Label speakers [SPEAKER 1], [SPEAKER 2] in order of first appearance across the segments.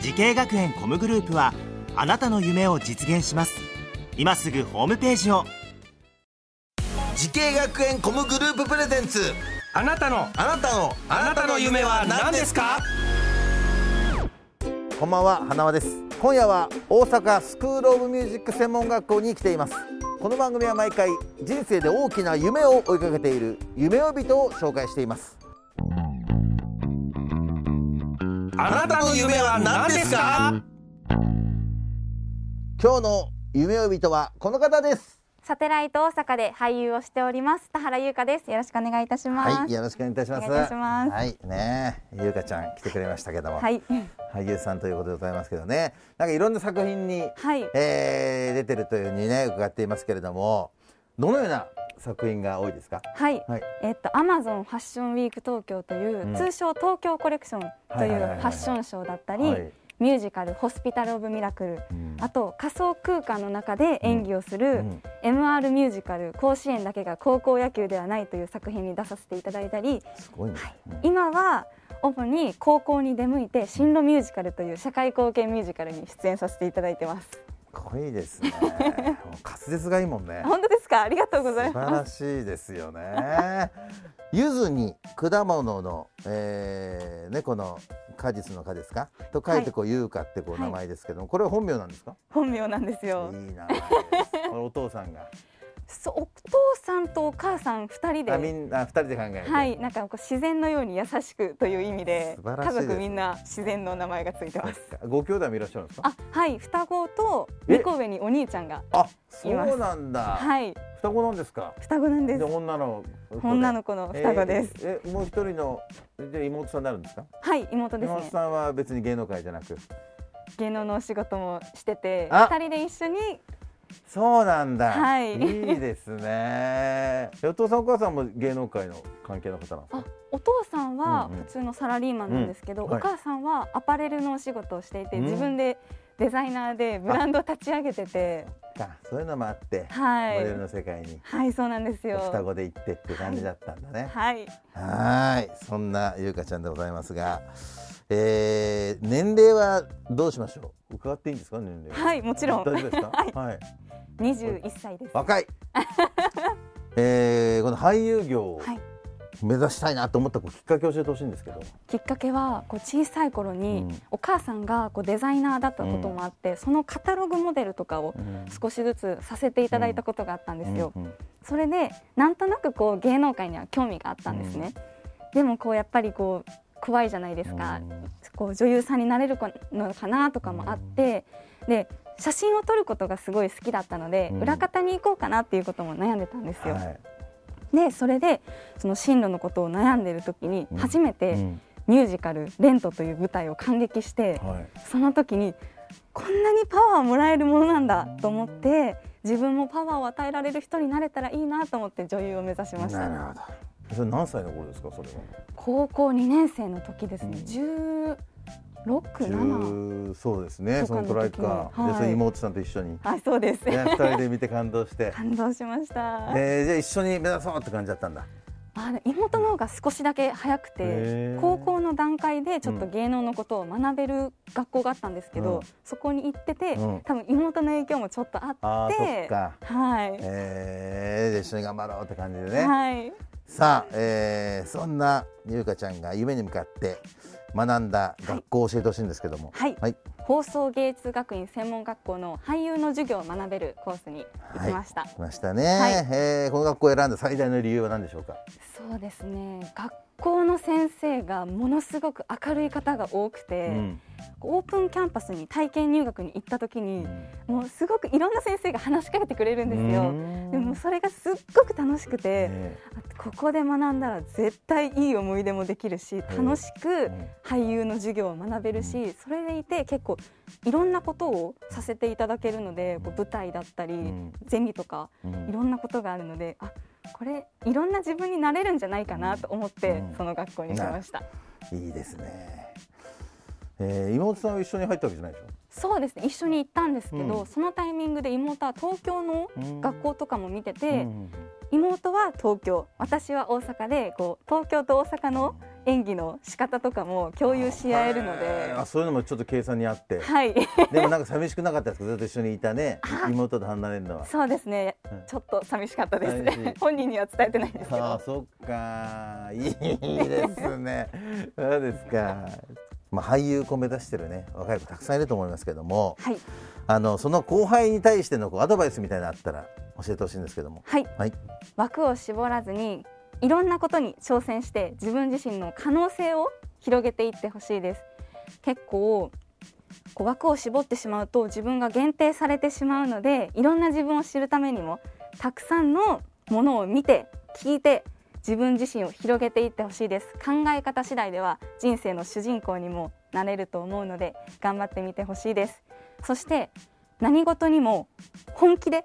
[SPEAKER 1] 時系学園コムグループはあなたの夢を実現します今すぐホームページを
[SPEAKER 2] 時系学園コムグループプレゼンツ
[SPEAKER 3] あなたの
[SPEAKER 2] あなたの
[SPEAKER 3] あなたの夢は何ですか
[SPEAKER 4] こんばんは花輪です今夜は大阪スクールオブミュージック専門学校に来ていますこの番組は毎回人生で大きな夢を追いかけている夢を人を紹介しています
[SPEAKER 3] あなたの夢は何ですか
[SPEAKER 4] 今日の夢を人はこの方です
[SPEAKER 5] サテライト大阪で俳優をしております田原優香ですよろしくお願いいたします
[SPEAKER 4] はいよろしくお願いいたします
[SPEAKER 5] お願いいたします
[SPEAKER 4] はいねえゆうかちゃん来てくれましたけども、
[SPEAKER 5] はい
[SPEAKER 4] 俳優さんということでございますけどねなんかいろんな作品に、
[SPEAKER 5] はい
[SPEAKER 4] えー出てるというふうにね伺っていますけれどもどのような作品が多いですか
[SPEAKER 5] はい
[SPEAKER 4] はい
[SPEAKER 5] えっとアマゾンファッションウィーク東京という、
[SPEAKER 4] うん
[SPEAKER 5] 通称東京コレクションと
[SPEAKER 4] はいいはいはいは
[SPEAKER 5] う
[SPEAKER 4] い
[SPEAKER 5] ファッションショーだったり、
[SPEAKER 4] はい
[SPEAKER 5] ミュージカルホスピタルオブミラクル
[SPEAKER 4] うん
[SPEAKER 5] あと仮想空間の中で演技をする、
[SPEAKER 4] うん
[SPEAKER 5] MR ミュージカル甲子園だけが高校野球ではないという作品に出させていただいたり
[SPEAKER 4] すごいね、うん
[SPEAKER 5] 今は主に高校に出向いて進路ミュージカルという社会貢献ミュージカルに出演させていただいてます
[SPEAKER 4] かっこいいです ね。もう滑舌がいいもんね。
[SPEAKER 5] 本当ですかありがとうご
[SPEAKER 4] 素
[SPEAKER 5] ざい
[SPEAKER 4] 晴
[SPEAKER 5] ます
[SPEAKER 4] らしいですよね。柚子に果物の、えー、猫の果実の果ですかと書いてこう、優香ってこう
[SPEAKER 5] はい
[SPEAKER 4] 名前ですけども、これは本名なんですか？
[SPEAKER 5] 本名なんですよ
[SPEAKER 4] いいな。これお父さんが。
[SPEAKER 5] そうお父さんとお母さん二人
[SPEAKER 4] あみ
[SPEAKER 5] で
[SPEAKER 4] んな二人で考えて。
[SPEAKER 5] はいなんかこう自然のように優しくという意味で
[SPEAKER 4] 素晴らし
[SPEAKER 5] 家
[SPEAKER 4] いですね
[SPEAKER 5] 族みんな自然の名前がついてます
[SPEAKER 4] そっか。ご兄弟もいらっしゃるんですか？
[SPEAKER 5] あはい双子と
[SPEAKER 4] え
[SPEAKER 5] 二個上にお兄ちゃんが
[SPEAKER 4] あ、
[SPEAKER 5] います
[SPEAKER 4] そうなんだ。
[SPEAKER 5] はい
[SPEAKER 4] 双子なんですか？
[SPEAKER 5] 双子なんで
[SPEAKER 4] じ
[SPEAKER 5] す
[SPEAKER 4] ゃあ女の子で
[SPEAKER 5] 女の子の双子です、。
[SPEAKER 4] えーえもう一人ので妹さんになるんですか？
[SPEAKER 5] はい妹です
[SPEAKER 4] 妹
[SPEAKER 5] ね
[SPEAKER 4] さんは別に芸能界じゃなく。
[SPEAKER 5] 芸能のお仕事もしてて
[SPEAKER 4] あ
[SPEAKER 5] 二人で一緒に
[SPEAKER 4] そうなんだ。
[SPEAKER 5] はい
[SPEAKER 4] いですね。お父さんお母さんも芸能界の関係の方なんですか。
[SPEAKER 5] あお父さんは
[SPEAKER 4] うんうん
[SPEAKER 5] 普通のサラリーマンなんですけど、
[SPEAKER 4] うんはい
[SPEAKER 5] お母さんはアパレルのお仕事をしていて、
[SPEAKER 4] うん
[SPEAKER 5] 自分でデザイナーでブランドを立ち上げてて
[SPEAKER 4] かそういうのもあって、
[SPEAKER 5] はい
[SPEAKER 4] モデルの世界に
[SPEAKER 5] はいそうなんですよ
[SPEAKER 4] 双子で行ってっていう感じだったんだね。
[SPEAKER 5] はい
[SPEAKER 4] はーい、そんなゆうかちゃんでございますが、えー、年齢はどうしましょう。伺っていいんですか年齢。
[SPEAKER 5] はいもちろん
[SPEAKER 4] 大丈夫ですか。はい。
[SPEAKER 5] 21歳です
[SPEAKER 4] 若 い。えー、この俳優業を
[SPEAKER 5] はい
[SPEAKER 4] 目指したいなと思ったこうきっかけを教えてほしいんですけど。
[SPEAKER 5] きっかけはこう小さい頃
[SPEAKER 4] う
[SPEAKER 5] に
[SPEAKER 4] ん
[SPEAKER 5] お母さんがこうデザイナーだったこともあって、そのカタログモデルとかを少しずつさせていただいたことがあったんですよ、
[SPEAKER 4] うんうん
[SPEAKER 5] それでなんとなくこう芸能界には興味があったんですね、でもこうやっぱりこう怖いじゃないですか、
[SPEAKER 4] うん
[SPEAKER 5] こう女優さんになれるのかなとかもあって、で写真を撮ることがすごい好きだったので、
[SPEAKER 4] うん
[SPEAKER 5] 裏方に行こうかなっていうことも悩んでたんですよ、
[SPEAKER 4] はい。
[SPEAKER 5] でそれでその進路のことを悩んでる時に
[SPEAKER 4] うん
[SPEAKER 5] 初め
[SPEAKER 4] う
[SPEAKER 5] て
[SPEAKER 4] ん
[SPEAKER 5] ミュージカル「レント」という舞台を感激して、
[SPEAKER 4] はい。
[SPEAKER 5] その時にこんなにパワーをもらえるものなんだと思って自分もパワーを与えられる人になれたらいいなと思って女優を目指しまし
[SPEAKER 4] な
[SPEAKER 5] た
[SPEAKER 4] るほど。それ何歳の頃ですか、それは。
[SPEAKER 5] 高校2年生の時ですね、1617
[SPEAKER 4] 十そうですね、
[SPEAKER 5] と
[SPEAKER 4] そ
[SPEAKER 5] か
[SPEAKER 4] の
[SPEAKER 5] の時に
[SPEAKER 4] トライカー、
[SPEAKER 5] はい
[SPEAKER 4] で、その妹さんと一緒に。ね、
[SPEAKER 5] あそうです、
[SPEAKER 4] 二人で見て感動して。
[SPEAKER 5] 感動しました、
[SPEAKER 4] えー、じゃあ、一緒に目指そうって感じだったんだ。
[SPEAKER 5] あで妹の方が少しだけ早く
[SPEAKER 4] へ
[SPEAKER 5] て
[SPEAKER 4] ー
[SPEAKER 5] 高校の段階でちょっと芸能のことを学べる学校があったんですけ
[SPEAKER 4] う
[SPEAKER 5] ど、
[SPEAKER 4] ん
[SPEAKER 5] そこに行ってて、
[SPEAKER 4] うん
[SPEAKER 5] 多分妹の影響もちょっとあ
[SPEAKER 4] ああ、
[SPEAKER 5] って
[SPEAKER 4] そっか。
[SPEAKER 5] はい、
[SPEAKER 4] えー、じゃあ一緒に頑張ろうって感じでね。
[SPEAKER 5] はい
[SPEAKER 4] さあ、えー、そんな優香ちゃんが夢に向かって学んだ学校を教えてほしいんですけども。
[SPEAKER 5] はい
[SPEAKER 4] はい。
[SPEAKER 5] 放送芸術学院専門学校の俳優の授業を学べるコースに行きました、
[SPEAKER 4] 来ましたね。
[SPEAKER 5] はい
[SPEAKER 4] えーこの学校を選んだ最大の理由は何でしょうか。
[SPEAKER 5] そうですね学校の先生がものすごく明るい方が多くて、
[SPEAKER 4] うん
[SPEAKER 5] オープンキャンパスに体験入学に行った時にもうすごくいろんな先生が話しかけてくれるんですよ。でもそれがすっごく楽しくて、
[SPEAKER 4] ね
[SPEAKER 5] ここで学んだら絶対いい思い出もできるし楽しく俳優の授業を学べるしそれでいて結構いろんなことをさせていただけるのでこう舞台だったり
[SPEAKER 4] ん
[SPEAKER 5] ゼミとか
[SPEAKER 4] うん
[SPEAKER 5] いろんなことがあるのであこれいろんな自分になれるんじゃないかなと思って
[SPEAKER 4] うん
[SPEAKER 5] その学校にしました。
[SPEAKER 4] いいですね。えー、妹さんは一緒に入ったわけじゃないでし
[SPEAKER 5] そうですね一緒に行ったんですけど、
[SPEAKER 4] うん
[SPEAKER 5] そのタイミングで妹は東京の
[SPEAKER 4] ょ。
[SPEAKER 5] 学校とかも見て
[SPEAKER 4] う
[SPEAKER 5] て、
[SPEAKER 4] ん
[SPEAKER 5] 妹は東京私は大阪でこう東京と大阪の演技の仕方とかも共有し合えるの
[SPEAKER 4] え
[SPEAKER 5] で
[SPEAKER 4] ーあそういうのもちょっと計算にあって、
[SPEAKER 5] はい
[SPEAKER 4] でもなんか寂しくなかったですかずっと一緒にいたね
[SPEAKER 5] あ
[SPEAKER 4] 妹と離れるのは。
[SPEAKER 5] そうですね
[SPEAKER 4] うん
[SPEAKER 5] ちょっと寂しかったで
[SPEAKER 4] 寂しい
[SPEAKER 5] す 本人には伝えてないんですけ
[SPEAKER 4] ああ
[SPEAKER 5] ど
[SPEAKER 4] そっかいいですねそうですかまあ俳優を目指してるね若い子たくさんいると思いますけども
[SPEAKER 5] はい
[SPEAKER 4] あのその後輩に対してのこうアドバイスみたいなのあったら教えてほしいんですけども
[SPEAKER 5] はい、
[SPEAKER 4] はい
[SPEAKER 5] 枠を絞らずにいろんなことに挑戦して自分自身の可能性を広げていってほしいです結構こう枠を絞ってしまうと自分が限定されてしまうのでいろんな自分を知るためにもたくさんのものを見て聞いて自分自身を広げていってほしいです考え方次第では人生の主人公にもなれると思うので頑張ってみてほしいですそして何事にも本気で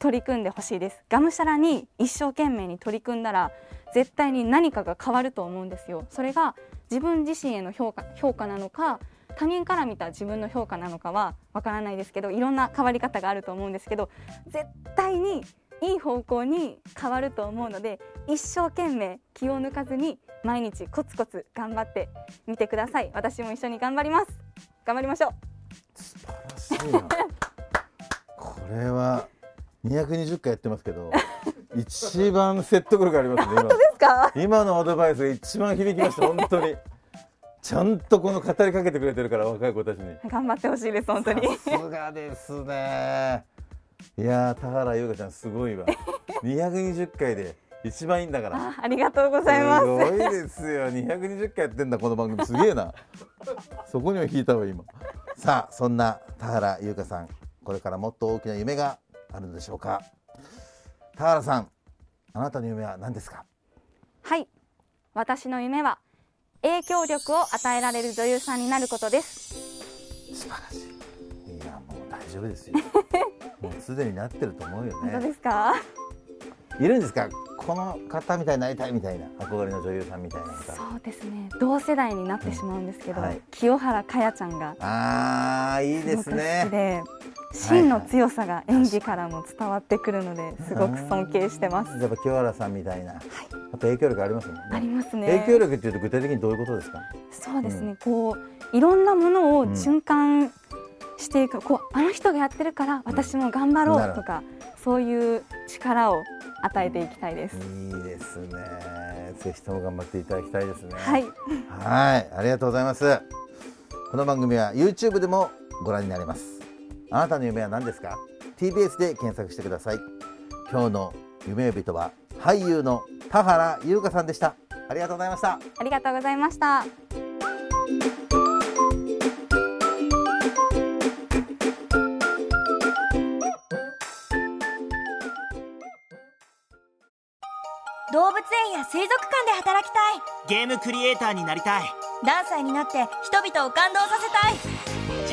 [SPEAKER 5] 取り組んでほしいですがむしゃらに一生懸命に取り組んだら絶対に何かが変わると思うんですよそれが自分自身への評価評価なのか他人から見た自分の評価なのかはわからないですけどいろんな変わり方があると思うんですけど絶対にいい方向に変わると思うので一生懸命気を抜かずに毎日コツコツ頑張ってみてください私も一緒に頑張ります頑張りましょう
[SPEAKER 4] 素晴らしいなこれは220回やってますけど一番説得力ありますね
[SPEAKER 5] ですか
[SPEAKER 4] 今今のアドバイスが一番響きました本当にちゃんとこの語りかけてくれてるから若い子たちに
[SPEAKER 5] 頑張ってほしいです本当に
[SPEAKER 4] さすがですねいやー田原優香ちゃんすごいわ220回で一番いいんだから
[SPEAKER 5] あありがとうございま
[SPEAKER 4] す
[SPEAKER 5] す
[SPEAKER 4] ごいですよ220回やってんだこの番組すげえなそこには引いたわ今さあそんな田原優香さんこれからもっと大きな夢があるのでしょうか田原さんあなたの夢は何ですか
[SPEAKER 5] はい私の夢は影響力を与えられる女優さんになることです
[SPEAKER 4] 素晴らしいいやもう大丈夫です よもうすでになってると思うよ
[SPEAKER 5] 本当
[SPEAKER 4] ね
[SPEAKER 5] ですか
[SPEAKER 4] いるんですかこの方みたいになりたいみたいな憧れの女優さんみたいな方
[SPEAKER 5] そうですね同世代になってしまうんですけど、
[SPEAKER 4] はい
[SPEAKER 5] 清原かやちゃんが
[SPEAKER 4] あーいい
[SPEAKER 5] す
[SPEAKER 4] で
[SPEAKER 5] ご
[SPEAKER 4] す
[SPEAKER 5] く好きで
[SPEAKER 4] ね
[SPEAKER 5] 芯の強さが演技からも伝わってくるのですごく尊敬してます
[SPEAKER 4] やっぱ清原さんみたいな、あと影響力ありますもんね
[SPEAKER 5] ありますね
[SPEAKER 4] 影響力っていうと具体的にどういうことですか。
[SPEAKER 5] そうですね、こういろんなものを循環していく、こうあの人がやってるから私も頑
[SPEAKER 4] な
[SPEAKER 5] 張ろ
[SPEAKER 4] る
[SPEAKER 5] う
[SPEAKER 4] ほど
[SPEAKER 5] とかそういう力を与えていきたいです、
[SPEAKER 4] いいですね。ぜひとも頑張っていただきたいですね。
[SPEAKER 5] はい
[SPEAKER 4] はいありがとうございます。この番組は YouTube でもご覧になれます。あなたの夢は何ですか ?TBS で検索してください。今日の夢呼人は俳優の田原優香さんでした。ありがとうございました。
[SPEAKER 5] ありがとうございました。
[SPEAKER 6] 動物園や水族館で働きたい
[SPEAKER 1] ゲームクリエイターになりたい
[SPEAKER 6] ダンサーになって人々を感動させたい